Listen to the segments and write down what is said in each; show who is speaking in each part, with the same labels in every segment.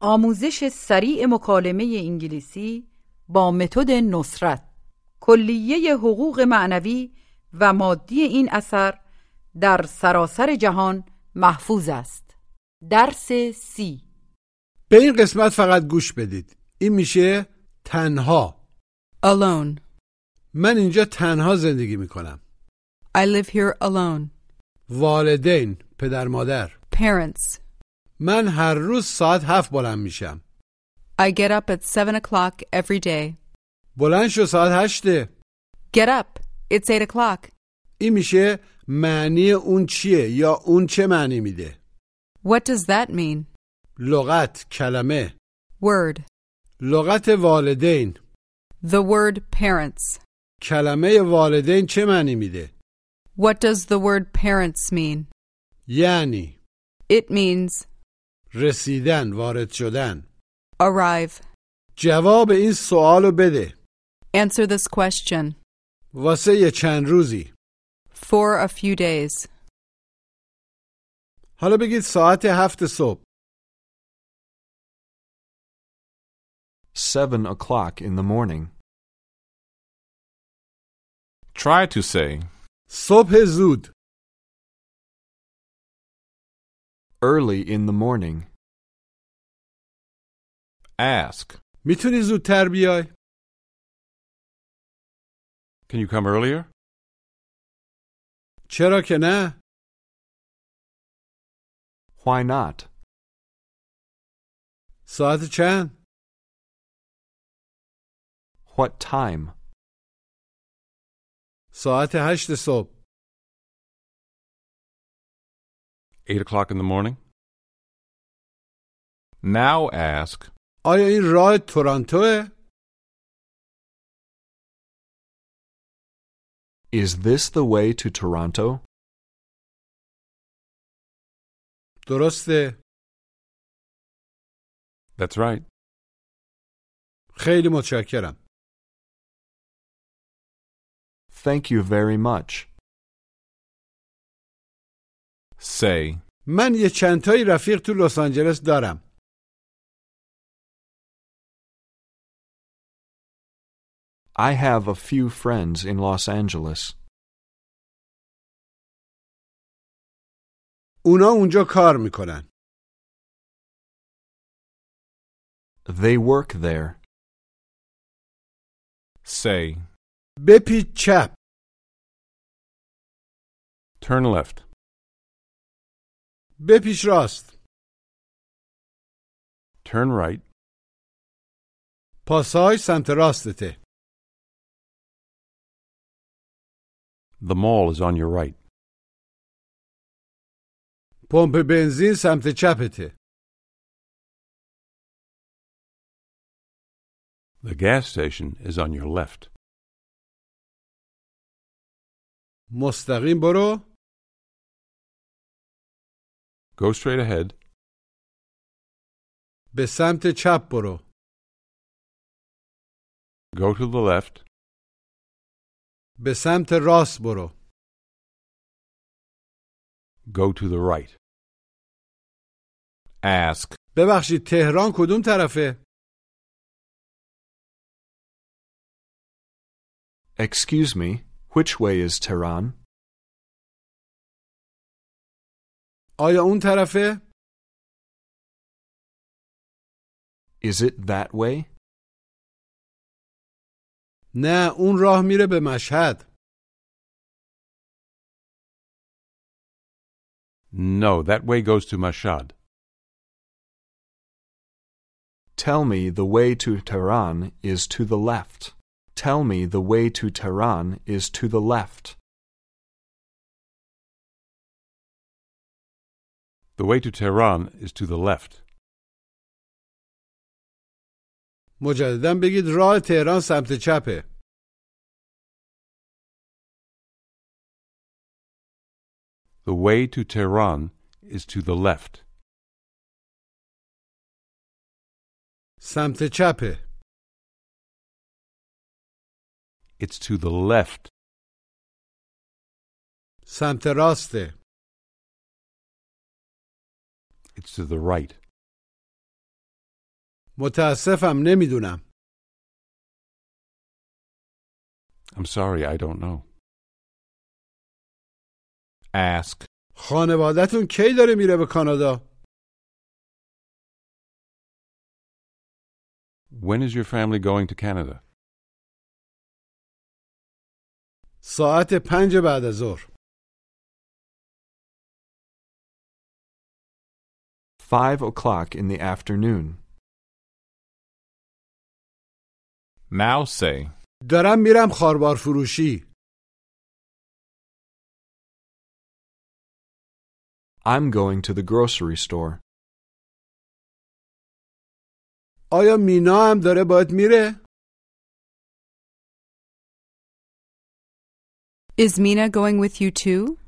Speaker 1: آموزش سریع مکالمه انگلیسی با متد نصرت کلیه حقوق معنوی و مادی این اثر در سراسر جهان محفوظ است درس سی
Speaker 2: به این قسمت فقط گوش بدید این میشه تنها
Speaker 3: Alone.
Speaker 2: من اینجا تنها زندگی میکنم
Speaker 3: I live here alone.
Speaker 2: والدین پدر مادر
Speaker 3: Parents.
Speaker 2: من هر روز ساعت هفت بلند میشم
Speaker 3: I get up at 7 o'clock every day.
Speaker 2: بلند شو ساعت هشته
Speaker 3: Get up. It's 8 o'clock.
Speaker 2: این میشه معنی اون چیه یا اون چه معنی میده
Speaker 3: What does that mean?
Speaker 2: لغت کلمه
Speaker 3: Word.
Speaker 2: لغت والدین
Speaker 3: The word parents.
Speaker 2: کلمه والدین چه معنی میده
Speaker 3: What does the word parents mean?
Speaker 2: یعنی
Speaker 3: It means
Speaker 2: رسیدن وارد شدن
Speaker 3: arrive.
Speaker 2: جواب این سوالو بده
Speaker 3: Answer this question.
Speaker 2: واسه یه چند روزی
Speaker 3: For a few days.
Speaker 2: حالا بگید ساعت هفت صبح
Speaker 4: 7 o'clock in the morning.
Speaker 5: Try to say
Speaker 2: صبح زود
Speaker 4: Early in the morning.
Speaker 5: ask.
Speaker 2: میتونی زودتر بیای
Speaker 5: Can you come earlier?
Speaker 2: چرا که نه
Speaker 4: Why not?
Speaker 2: ساعت چند
Speaker 4: What time?
Speaker 2: ساعت هشت صبح
Speaker 5: Eight o'clock in the morning. Now ask.
Speaker 2: آیا این راه تورنتوه
Speaker 4: Is this the way to Toronto?
Speaker 2: درسته
Speaker 5: That's right.
Speaker 2: خیلی متشکرم
Speaker 4: Thank you very much.
Speaker 5: Say
Speaker 2: من یه چندتایی رفیق تو لس آنجلس دارم
Speaker 4: I have a few friends in Los Angeles.
Speaker 2: اونا اونجا کار میکنن
Speaker 4: They work there.
Speaker 5: say.
Speaker 2: بپیچ چپ
Speaker 5: Turn left.
Speaker 2: بپیچ راست
Speaker 5: Turn right.
Speaker 2: پاساژ سمت راستته
Speaker 5: The mall is on your right.
Speaker 2: پمپ بنزین سمت چپته
Speaker 5: The gas station is on your left.
Speaker 2: مستقیم برو
Speaker 5: Go straight ahead.
Speaker 2: به سمت چپ برو
Speaker 5: Go to the left.
Speaker 2: به سمت راست برو
Speaker 5: Go to the right. Ask.
Speaker 2: ببخشید تهران کدوم طرفه
Speaker 4: Excuse me, which way is Tehran?
Speaker 2: آیا اون طرفه؟
Speaker 4: Is it that way?
Speaker 2: نه اون راه میره به مشهد
Speaker 5: No, that way goes to Mashhad.
Speaker 4: Tell me the way to Tehran is to the left. Tell me the way to Tehran is to the left.
Speaker 5: The way to Tehran is to the left.
Speaker 2: مجددا بگید راه تهران سمت چپه
Speaker 5: The way to Tehran is to the left.
Speaker 2: سمت چپه
Speaker 5: It's to the left.
Speaker 2: سمت راسته
Speaker 5: It's to the right.
Speaker 2: متاسفم نمیدونم
Speaker 5: I'm sorry, I don't know.
Speaker 4: Ask.
Speaker 2: خانوادتون کی داره میره به کانادا؟
Speaker 5: When is your family going to Canada?
Speaker 2: ساعت پنج بعد از ظهر
Speaker 4: 5 o'clock in the afternoon.
Speaker 6: Now say,
Speaker 2: دارم میرم خاربار فروشی
Speaker 4: I'm going to the grocery store.
Speaker 2: آیا مینا هم داره باید میره؟
Speaker 3: Is Mina going with you too?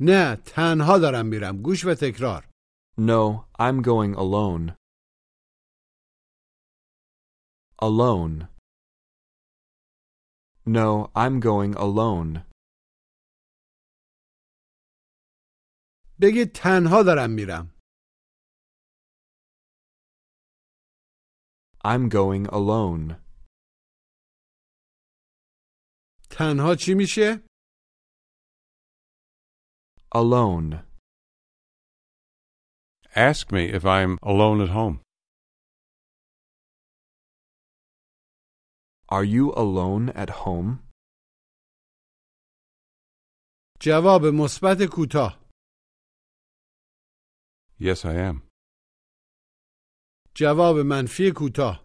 Speaker 2: نه تنها دارم میرم گوش و تکرار
Speaker 4: No, I'm going alone. Alone. No, I'm going alone.
Speaker 2: بگید تنها دارم میرم
Speaker 4: I'm going alone.
Speaker 2: تنها چی میشه؟
Speaker 4: Alone.
Speaker 5: Ask me if I'm alone at home.
Speaker 4: Are you alone at home?
Speaker 2: جواب مثبت کوتاه
Speaker 5: Yes, I am.
Speaker 2: جواب منفی کوتاه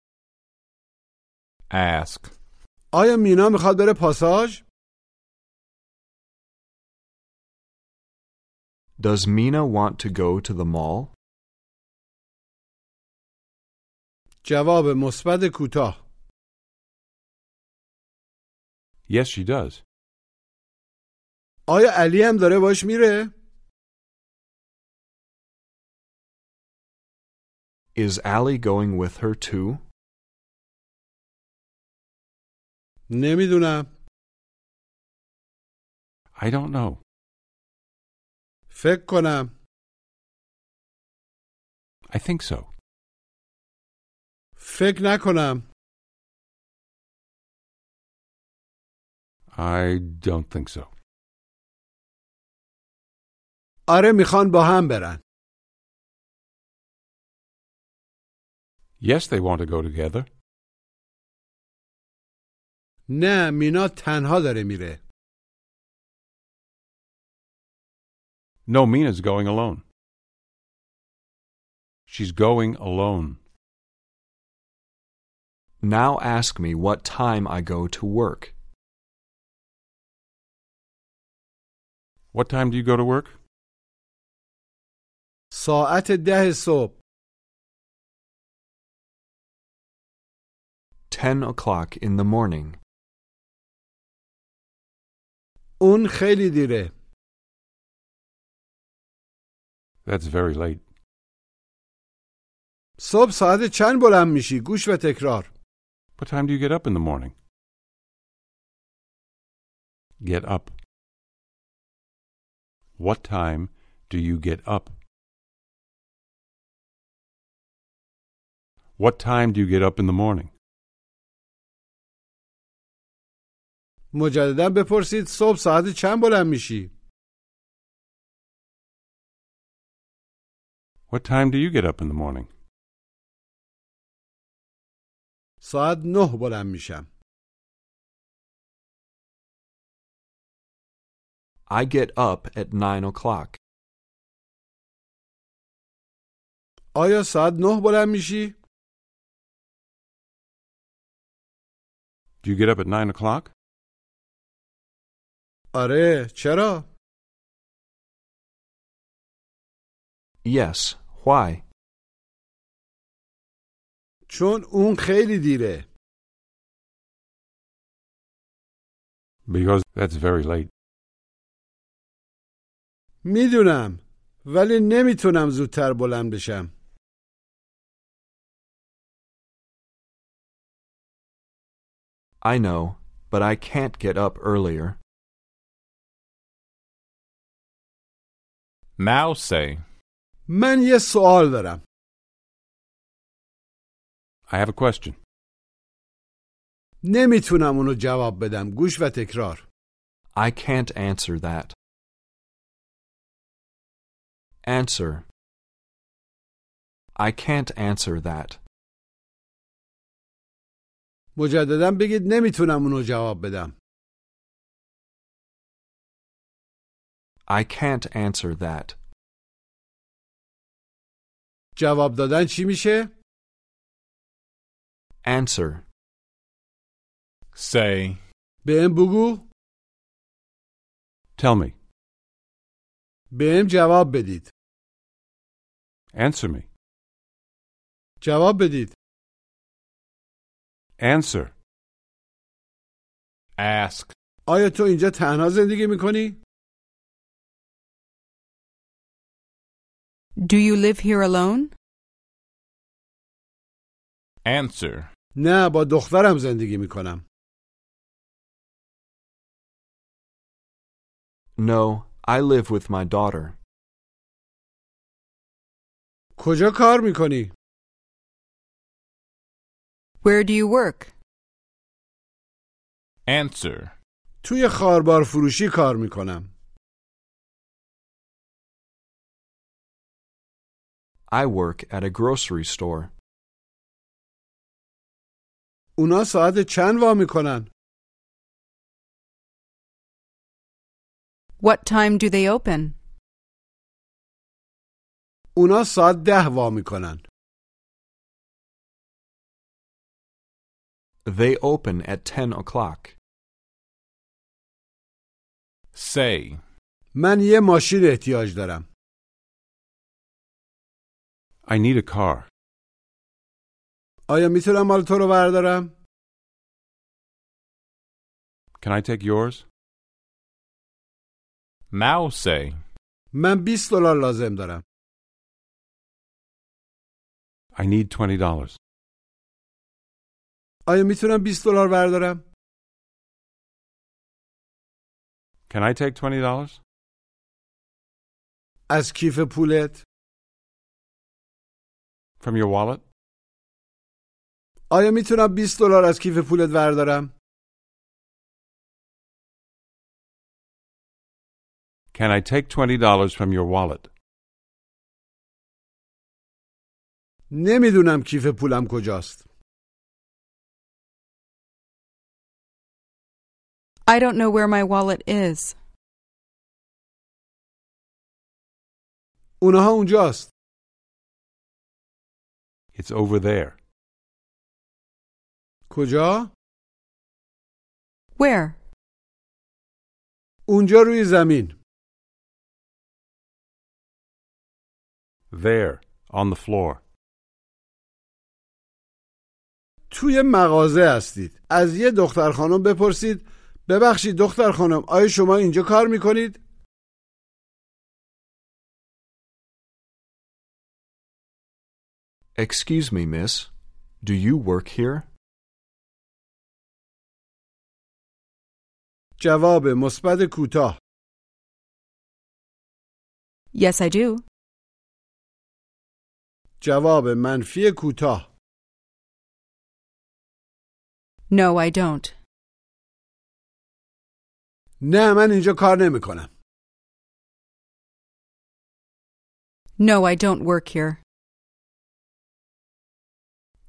Speaker 6: ask,
Speaker 2: آیا مینا میخواد بره پاساژ؟
Speaker 4: Does Mina want to go to the mall?
Speaker 2: جواب مثبت کوتاه
Speaker 5: Yes, she does.
Speaker 2: آیا علی هم داره باش میره؟
Speaker 4: Is Allie going with her too?
Speaker 2: نمیدونم
Speaker 5: I don't know.
Speaker 2: فکر کنم
Speaker 5: I think so.
Speaker 2: فکر نکنم
Speaker 5: I don't think so.
Speaker 2: آره میخوان با هم برن
Speaker 5: Yes, they want to go together.
Speaker 2: نه مینا تنها داره میره
Speaker 5: No, Mina's going alone. She's going alone.
Speaker 4: Now ask me what time I go to work.
Speaker 5: What time do you go to work?
Speaker 2: ساعت ده صبح
Speaker 4: Ten o'clock in the morning.
Speaker 2: اون خیلی دیره
Speaker 5: That's very late.
Speaker 2: صبح ساعت چند بلند میشی گوش و تکرار
Speaker 5: What time do you get up in the morning? Get up. What time do you get up? What time do you get up in the morning?
Speaker 2: مجددا بپرسید صبح ساعت چند بلند میشی
Speaker 5: What time do you get up in the morning?
Speaker 2: ساعت نه بلند میشم
Speaker 4: I get up at nine o'clock.
Speaker 2: آیا ساعت نه بلند میشی
Speaker 5: Do you get up at nine o'clock?
Speaker 2: آره چرا
Speaker 4: Yes, why?
Speaker 2: چون اون خیلی دیره
Speaker 5: Because that's very late.
Speaker 2: میدونم ولی نمیتونم زودتر بلند بشم
Speaker 4: I know, but I can't get up earlier.
Speaker 6: Now say,
Speaker 2: من یه سوال دارم
Speaker 5: I have a question.
Speaker 2: نمیتونم اونو جواب بدم گوش و تکرار
Speaker 4: I can't answer that. Answer. I can't answer that.
Speaker 2: مجددا بگید نمیتونم اونو جواب بدم
Speaker 4: I can't answer that.
Speaker 2: جواب دادن چی میشه
Speaker 4: Answer.
Speaker 6: say,
Speaker 2: بهم بگو
Speaker 5: Tell me.
Speaker 2: بهم جواب بدید
Speaker 5: Answer me.
Speaker 2: جواب بدید
Speaker 5: Answer.
Speaker 6: ask,
Speaker 2: آیا تو اینجا تنها زندگی میکنی
Speaker 3: Do you live here alone?
Speaker 6: answer,
Speaker 2: نه با دخترم زندگی میکنم
Speaker 4: No, I live with my daughter.
Speaker 2: کجا کار میکنی
Speaker 3: Where do you work?
Speaker 6: answer,
Speaker 2: توی خاربار فروشی کار میکنم
Speaker 4: I work at a grocery store.
Speaker 2: اونا ساعت چند وا میکنن
Speaker 3: What time do they open?
Speaker 2: اونا ساعت ده وا میکنن
Speaker 4: They open at 10 o'clock.
Speaker 6: say,
Speaker 2: من یه ماشین احتیاج دارم
Speaker 5: I need a car.
Speaker 2: آیا میتونم مال تو رو بردارم
Speaker 5: Can I take yours?
Speaker 6: now say,
Speaker 2: من 20 دلار لازم دارم
Speaker 5: I need twenty dollars.
Speaker 2: آیا میتونم 20 دلار بردارم
Speaker 5: Can I take twenty dollars?
Speaker 2: از کیف پولت
Speaker 5: From your wallet?
Speaker 2: آیا میتونم 20 دلار از کیف پولت بردارم
Speaker 5: Can I take twenty dollars from your wallet?
Speaker 2: نمیدونم کیف پولم کجاست
Speaker 3: I don't know where my wallet is.
Speaker 2: اونها اونجاست
Speaker 5: It's over there.
Speaker 2: کجا
Speaker 3: Where?
Speaker 2: اونجا روی زمین
Speaker 5: There. On the floor.
Speaker 2: توی مغازه هستید از یه دختر خانم بپرسید ببخشید دختر خانم آیا شما اینجا کار میکنید
Speaker 4: Excuse me, miss. Do you work here?
Speaker 2: جواب مثبت کوتاه
Speaker 3: Yes, I do.
Speaker 2: جواب منفی کوتاه
Speaker 3: No, I don't.
Speaker 2: نه من اینجا کار نمیکنم
Speaker 3: No, I don't work here.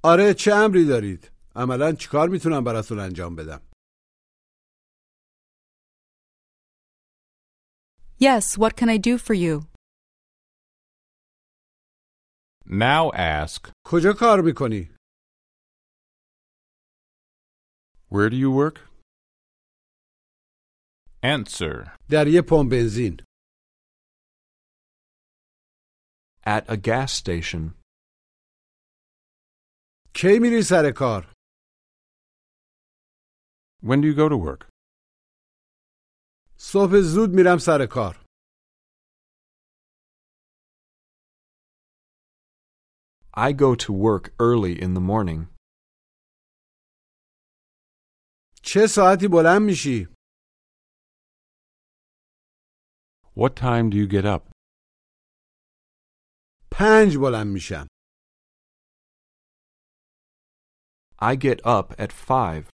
Speaker 2: آره چه امری دارید عملا چیکار میتونم براتون انجام بدم
Speaker 3: Yes, what can I do for you?
Speaker 6: Now ask,
Speaker 2: کجا کار میکنی
Speaker 5: Where do you work?
Speaker 6: answer,
Speaker 2: در یه پمپ بنزین
Speaker 4: At a gas station.
Speaker 2: کی میری سر کار
Speaker 5: When do you go to work?
Speaker 2: صبح زود میرم سر کار
Speaker 4: I go to work early in the morning.
Speaker 2: چه ساعتی بلند میشی
Speaker 5: What time do you get up?
Speaker 2: پنج بلند میشم
Speaker 4: I get up at 5.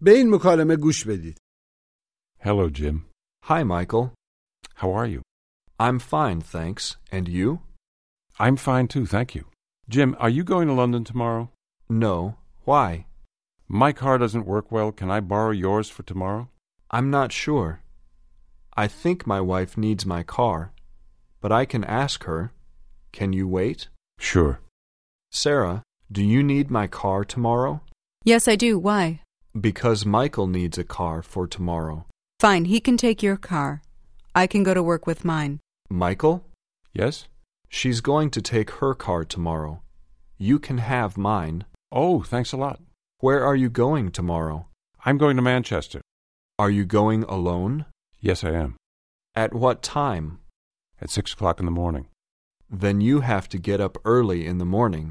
Speaker 2: به این مکالمه گوش بدید
Speaker 5: Hello, Jim.
Speaker 4: Hi, Michael.
Speaker 5: How are you?
Speaker 4: I'm fine, thanks. And you?
Speaker 5: I'm fine too, thank you. Jim, are you going to London tomorrow?
Speaker 4: No. Why?
Speaker 5: My car doesn't work well. Can I borrow yours for tomorrow?
Speaker 4: I'm not sure. I think my wife needs my car, but I can ask her. Can you wait?
Speaker 5: Sure.
Speaker 4: Sarah, do you need my car tomorrow?
Speaker 3: Yes, I do. Why?
Speaker 4: Because Michael needs a car for tomorrow.
Speaker 3: Fine, he can take your car. I can go to work with mine.
Speaker 4: Michael?
Speaker 5: Yes?
Speaker 4: She's going to take her car tomorrow. You can have mine.
Speaker 5: Oh, thanks a lot.
Speaker 4: Where are you going tomorrow?
Speaker 5: I'm going to Manchester.
Speaker 4: Are you going alone?
Speaker 5: Yes, I am.
Speaker 4: At what time?
Speaker 5: At six o'clock in the morning.
Speaker 4: Then you have to get up early in the morning.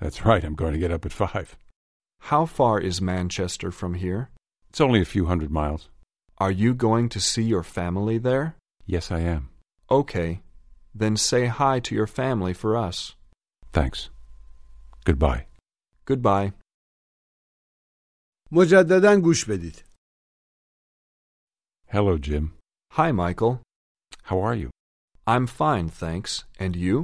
Speaker 5: That's right, I'm going to get up at five.
Speaker 4: How far is Manchester from here?
Speaker 5: It's only a few hundred miles.
Speaker 4: Are you going to see your family there?
Speaker 5: Yes, I am.
Speaker 4: Okay. Then say hi to your family for us.
Speaker 5: Thanks. Goodbye.
Speaker 4: Goodbye.
Speaker 2: مجددا گوش بدید
Speaker 5: Hello, Jim.
Speaker 4: Hi, Michael.
Speaker 5: How are you?
Speaker 4: I'm fine, thanks. And you?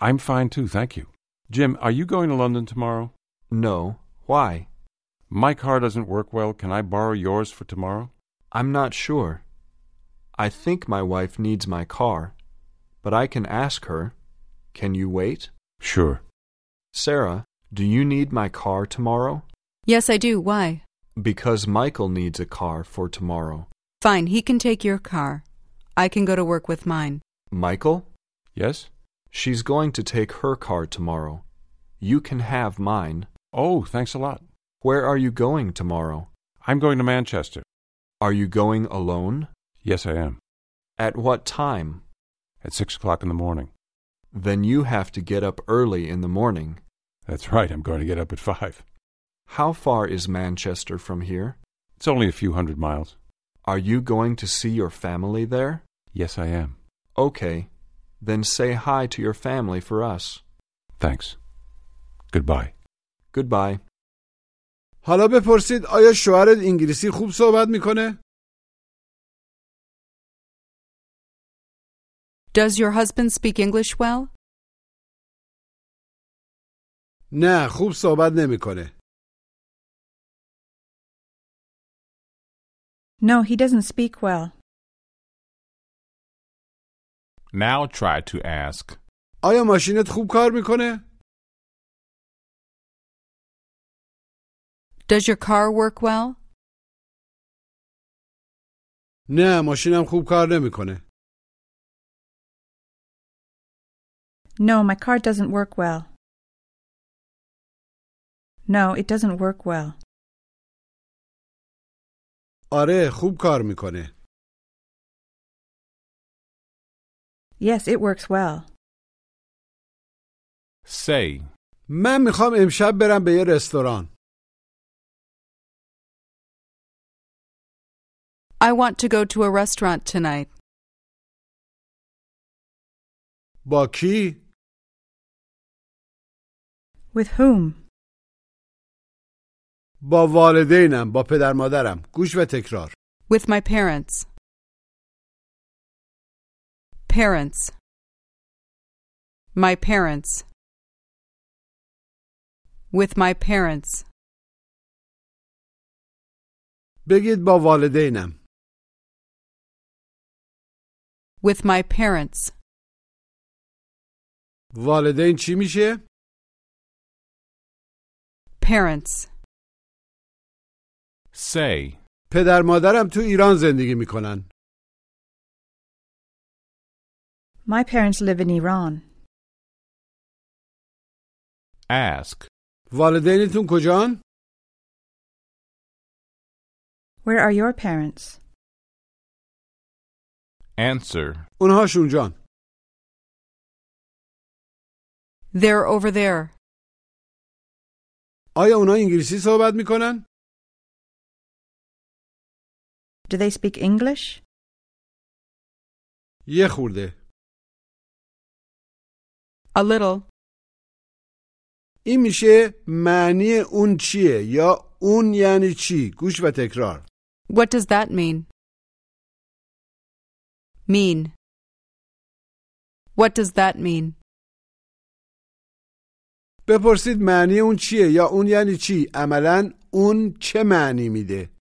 Speaker 5: I'm fine too, thank you. Jim, are you going to London tomorrow?
Speaker 4: No. Why?
Speaker 5: My car doesn't work well. Can I borrow yours for tomorrow?
Speaker 4: I'm not sure. I think my wife needs my car, but I can ask her. Can you wait?
Speaker 5: Sure.
Speaker 4: Sarah, do you need my car tomorrow?
Speaker 3: Yes, I do. Why?
Speaker 4: Because Michael needs a car for tomorrow.
Speaker 3: Fine, he can take your car. I can go to work with mine.
Speaker 4: Michael?
Speaker 5: Yes?
Speaker 4: She's going to take her car tomorrow. You can have mine.
Speaker 5: Oh, thanks a lot.
Speaker 4: Where are you going tomorrow?
Speaker 5: I'm going to Manchester.
Speaker 4: Are you going alone?
Speaker 5: Yes, I am.
Speaker 4: At what time?
Speaker 5: At six o'clock in the morning.
Speaker 4: Then you have to get up early in the morning.
Speaker 5: That's right, I'm going to get up at five.
Speaker 4: How far is Manchester from here?
Speaker 5: It's only a few hundred miles.
Speaker 4: Are you going to see your family there?
Speaker 5: Yes, I am.
Speaker 4: Okay. Then say hi to your family for us.
Speaker 5: Thanks. Goodbye.
Speaker 4: Goodbye.
Speaker 2: حالا بپرسید آیا شوهرت انگلیسی خوب صحبت میکنه
Speaker 3: Does your husband speak English well?
Speaker 2: نه خوب صحبت نمیکنه
Speaker 7: No, he doesn't speak well.
Speaker 6: Now try to ask.
Speaker 2: آیا ماشینت خوب کار میکنه؟
Speaker 3: Does your car work well?
Speaker 2: نه ماشینم خوب کار نمیکنه.
Speaker 7: No, my car doesn't work well. No, it doesn't work well.
Speaker 2: آره خوب کار میکنه.
Speaker 7: Yes, it works well.
Speaker 6: Say,
Speaker 2: من میخوام امشب برم به یه رستوران.
Speaker 3: I want to go to a restaurant tonight.
Speaker 2: با کی؟
Speaker 7: With whom?
Speaker 2: با والدینم، با پدر مادرم. گوش و تکرار.
Speaker 3: With my parents. Parents. My parents. With my parents.
Speaker 2: بگید با والدینم.
Speaker 3: With my parents.
Speaker 2: والدین چی میشه؟
Speaker 3: Parents.
Speaker 6: say,
Speaker 2: پدر مادرم تو ایران زندگی میکنن.
Speaker 7: My parents live in Iran.
Speaker 6: ask,
Speaker 2: والدینتون کجان؟
Speaker 7: Where are your parents?
Speaker 6: answer,
Speaker 2: اونهاش اونجان.
Speaker 3: They're over there.
Speaker 2: آیا اونها انگلیسی صحبت میکنن؟
Speaker 7: Do they speak English?
Speaker 2: یه خورده.
Speaker 3: A little.
Speaker 2: این میشه معنی اون چیه یا اون یعنی چی؟ گوش و تکرار.
Speaker 3: What does that mean? Mean. What does that mean?
Speaker 2: بپرسید معنی اون چیه یا اون یعنی چی؟ عملا اون چه معنی میده؟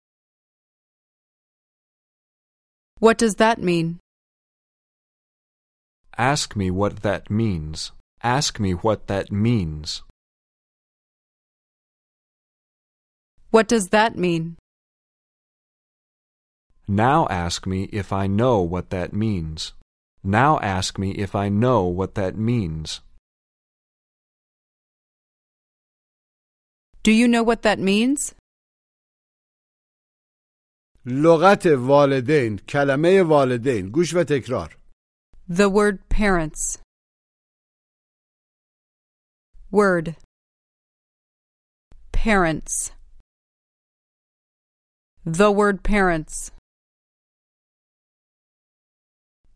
Speaker 3: What does that mean?
Speaker 4: Ask me what that means. Ask me what that means.
Speaker 3: What does that mean?
Speaker 4: Now ask me if I know what that means. Now ask me if I know what that means.
Speaker 3: Do you know what that means?
Speaker 2: لغت والدین، کلمه والدین، گوش و تکرار.
Speaker 3: The word parents. Word. Parents. The word parents.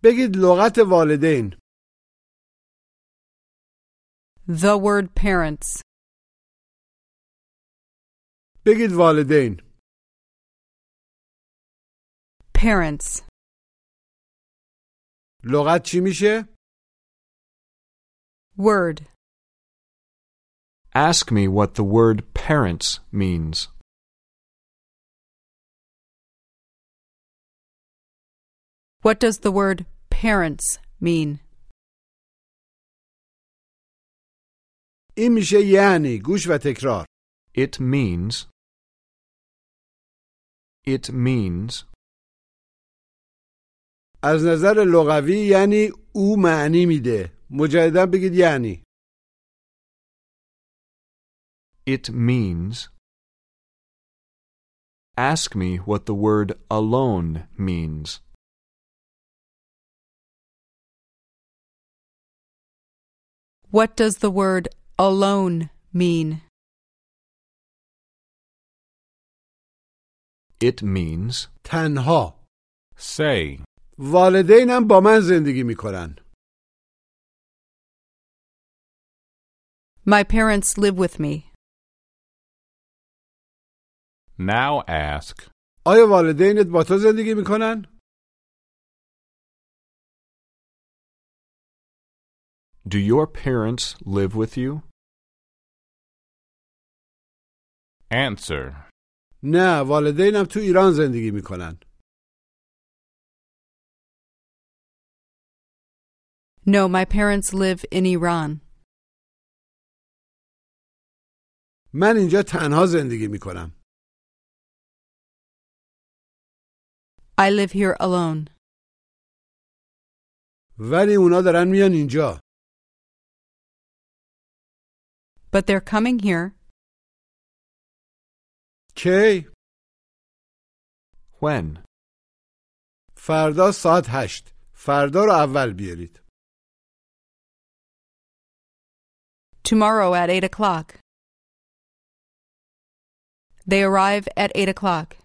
Speaker 2: بگید لغت والدین.
Speaker 3: The word parents.
Speaker 2: بگید والدین.
Speaker 3: Parents.
Speaker 2: لغت چی میشه؟
Speaker 3: Word.
Speaker 4: Ask me what the word parents means.
Speaker 3: What does the word parents mean?
Speaker 2: این میشه یعنی گوش و تکرار.
Speaker 4: It means. It means.
Speaker 2: از نظر لغوی یعنی او معنی میده. مجددا بگید یعنی.
Speaker 4: It means. Ask me what the word alone means.
Speaker 3: What does the word alone mean?
Speaker 4: It means.
Speaker 2: تنها
Speaker 6: say,
Speaker 2: والدینم با من زندگی میکنن
Speaker 3: My parents live with me.
Speaker 6: now ask,
Speaker 2: آیا والدینت با تو زندگی میکنن؟
Speaker 4: Do your parents live with you?
Speaker 6: answer,
Speaker 2: نه والدینم تو ایران زندگی میکنن
Speaker 3: No, my parents live in Iran.
Speaker 2: من اینجا تنها زندگی می کنم.
Speaker 3: I live here alone.
Speaker 2: ولی اونا دارن میان اینجا.
Speaker 3: But they're coming here.
Speaker 2: کی؟
Speaker 4: When?
Speaker 2: فردا ساعت هشت. فردا رو اول بیارید.
Speaker 3: Tomorrow at 8 o'clock. They arrive at 8 o'clock.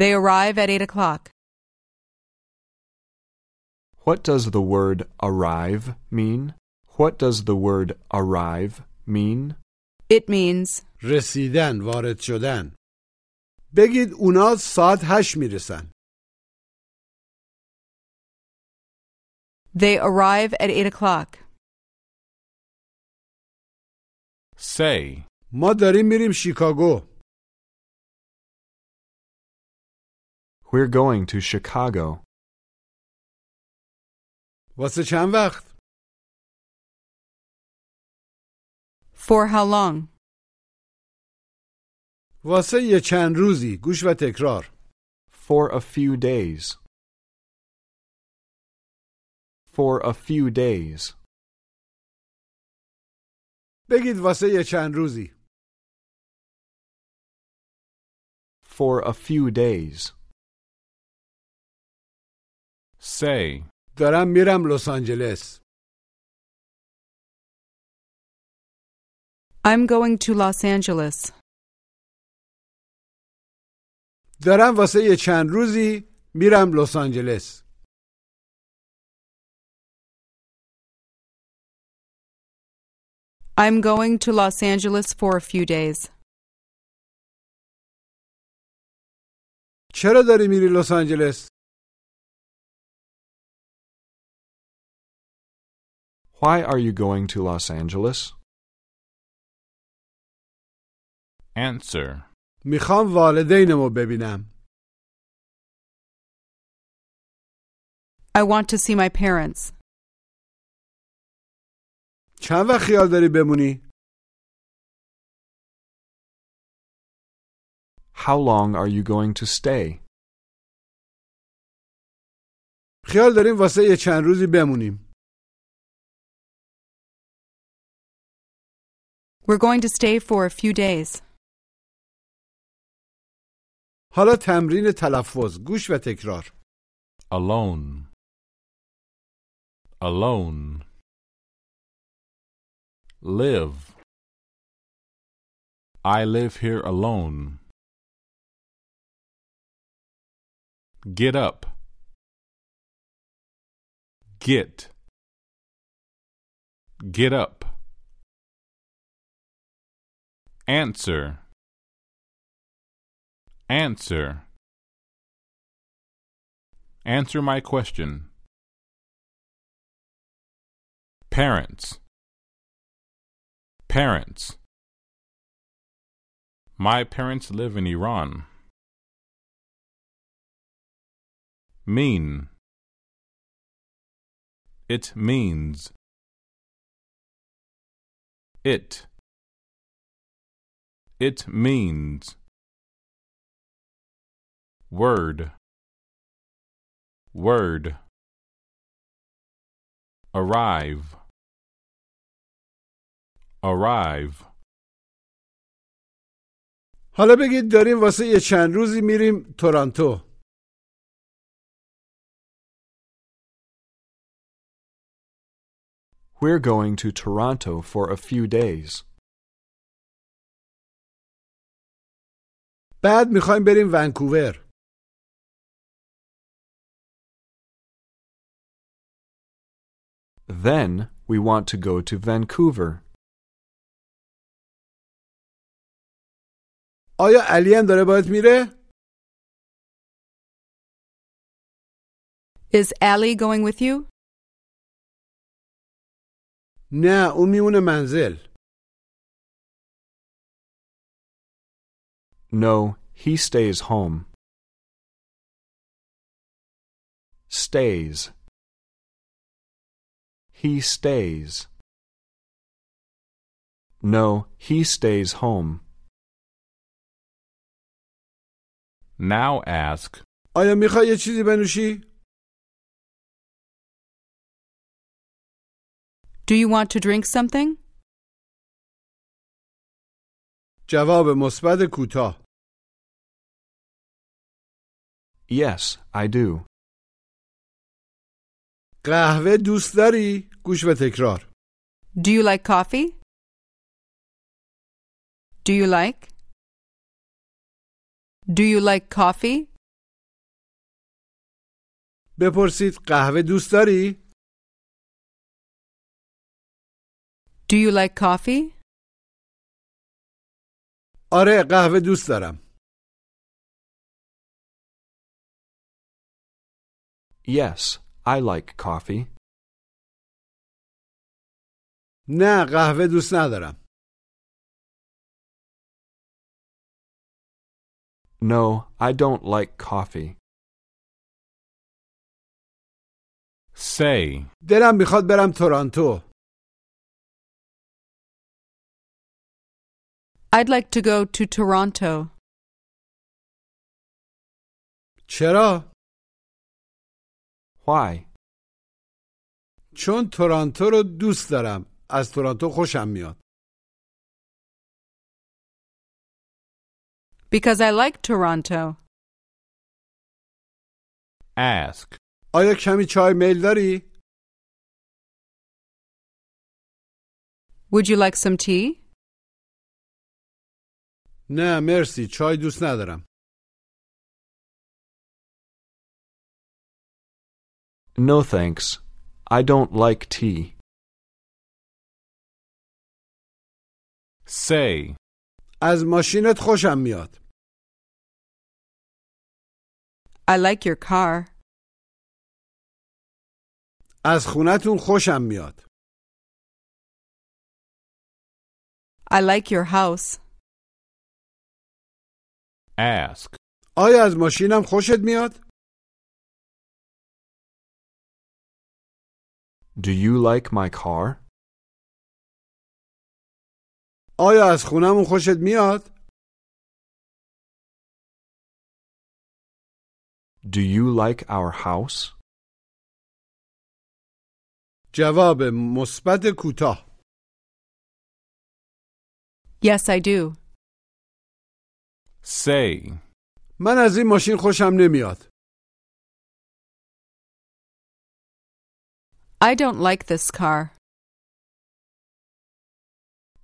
Speaker 3: They arrive at 8 o'clock.
Speaker 4: What does the word arrive mean? What does the word arrive mean?
Speaker 3: It means
Speaker 2: رسیدن وارد شدن. بگید اونا ساعت هشت میرسن.
Speaker 3: they arrive at 8 o'clock.
Speaker 6: Say,
Speaker 2: ما داریم میریم شیکاگو.
Speaker 4: We're going to Chicago.
Speaker 2: واسه چند وقت؟
Speaker 3: For how long?
Speaker 2: واسه یه چند روزی گوش و تکرار
Speaker 4: For a few days. For a few days.
Speaker 2: بگید واسه یه چند روزی
Speaker 4: For a few days.
Speaker 6: say,
Speaker 2: دارم میرم لس آنجلس
Speaker 3: I'm going to Los Angeles.
Speaker 2: دارم واسه یه چند روزی میرم لس آنجلس
Speaker 3: I'm going to Los Angeles for a few days.
Speaker 2: چرا داری میری لس آنجلس
Speaker 4: Why are you going to Los Angeles?
Speaker 6: answer,
Speaker 2: میخوام والدینمو ببینم
Speaker 3: I want to see my parents.
Speaker 2: چند وقت خیال داری بمونی
Speaker 4: How long are you going to stay?
Speaker 2: خیال داریم واسه یه چند روزی بمونیم
Speaker 3: We're going to stay for a few days.
Speaker 2: حالا تمرین تلفظ گوش و تکرار
Speaker 6: alone, alone, live. I live here alone. Get up. Get. Get up. Answer. Answer. Answer my question. Parents. Parents. My parents live in Iran. Mean. It means. It. It means. Word. Word. Arrive. Arrive.
Speaker 2: حالا بگید داریم واسه یه چند روزی میریم تورانتو
Speaker 4: We're going to Toronto for a few days.
Speaker 2: بعد میخوایم بریم ونکوور
Speaker 4: Then we want to go to Vancouver.
Speaker 2: آیا علی هم داره باید میره؟
Speaker 3: Is Allie going with you?
Speaker 2: نه اون میمونه منزل
Speaker 4: No, he stays home. Stays. He stays. No, he stays home.
Speaker 6: Now ask,
Speaker 2: آیا میخوای یه چیزی بنوشی؟
Speaker 3: Do you want to drink something?
Speaker 2: جواب مثبت کوتاه.
Speaker 4: Yes, I do.
Speaker 2: قهوه دوست داری؟ گوش و تکرار.
Speaker 3: Do you like coffee? Do you like? Do you like coffee?
Speaker 2: بپرسید قهوه دوست داری؟
Speaker 3: Do you like coffee?
Speaker 2: آره قهوه دوست دارم.
Speaker 4: Yes, I like coffee.
Speaker 2: نه قهوه دوست ندارم.
Speaker 4: No, I don't like coffee.
Speaker 6: say,
Speaker 2: دلم میخواد برم تورانتو.
Speaker 3: I'd like to go to Toronto.
Speaker 2: چرا؟
Speaker 4: Why?
Speaker 2: چون تورانتو رو دوست دارم. از تورانتو خوشم میاد.
Speaker 3: Because I like Toronto.
Speaker 6: ask,
Speaker 2: آیا کمی چای میل داری؟
Speaker 3: Would you like some tea?
Speaker 2: نه مرسی چای دوست ندارم.
Speaker 4: No thanks. I don't like tea.
Speaker 6: say,
Speaker 2: از ماشینت خوشم میاد.
Speaker 3: I like your car.
Speaker 2: از خونتون خوشم میاد.
Speaker 3: I like your house.
Speaker 6: ask,
Speaker 2: آیا از ماشینم خوشت میاد؟
Speaker 4: Do you like my car?
Speaker 2: آیا از خونمون خوشت میاد؟
Speaker 4: Do you like our house?
Speaker 2: جواب مثبت کوتاه.
Speaker 3: Yes, I do.
Speaker 6: say,
Speaker 2: من از این ماشین خوشم نمیاد.
Speaker 3: I don't like this car.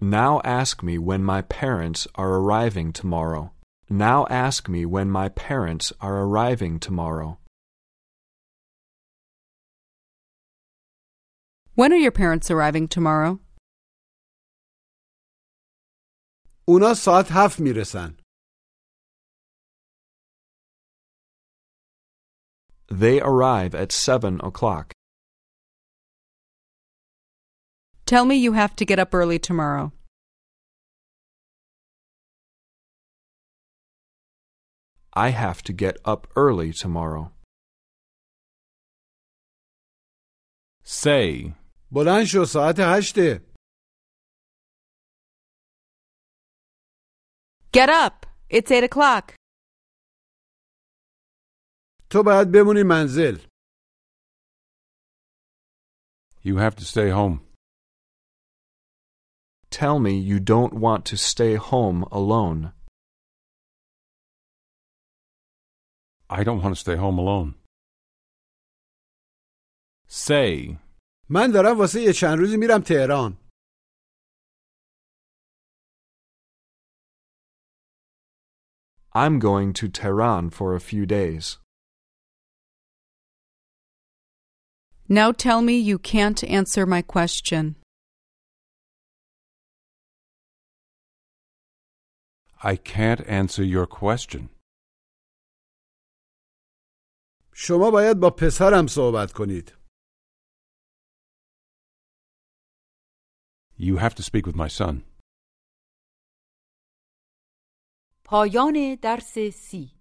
Speaker 4: Now ask me when my parents are arriving tomorrow. Now ask me when my parents are arriving tomorrow.
Speaker 3: When are your parents arriving tomorrow?
Speaker 2: اونا ساعت هفت میرسن.
Speaker 4: They arrive at seven o'clock.
Speaker 3: Tell me you have to get up early tomorrow.
Speaker 4: I have to get up early tomorrow.
Speaker 6: say,
Speaker 2: بلند شو ساعت هشته.
Speaker 3: Get up! It's eight o'clock.
Speaker 2: تو باید بمونی منزل.
Speaker 5: You have to stay home.
Speaker 4: Tell me you don't want to stay home alone.
Speaker 5: I don't want to stay home alone.
Speaker 6: say,
Speaker 2: من دارم واسه یه چند روزی میرم تهران.
Speaker 4: I'm going to Tehran for a few days.
Speaker 3: Now tell me you can't answer my question.
Speaker 5: I can't answer your question.
Speaker 2: شما باید با پسرم صحبت کنید.
Speaker 5: You have to speak with my son.
Speaker 1: پایان درس سی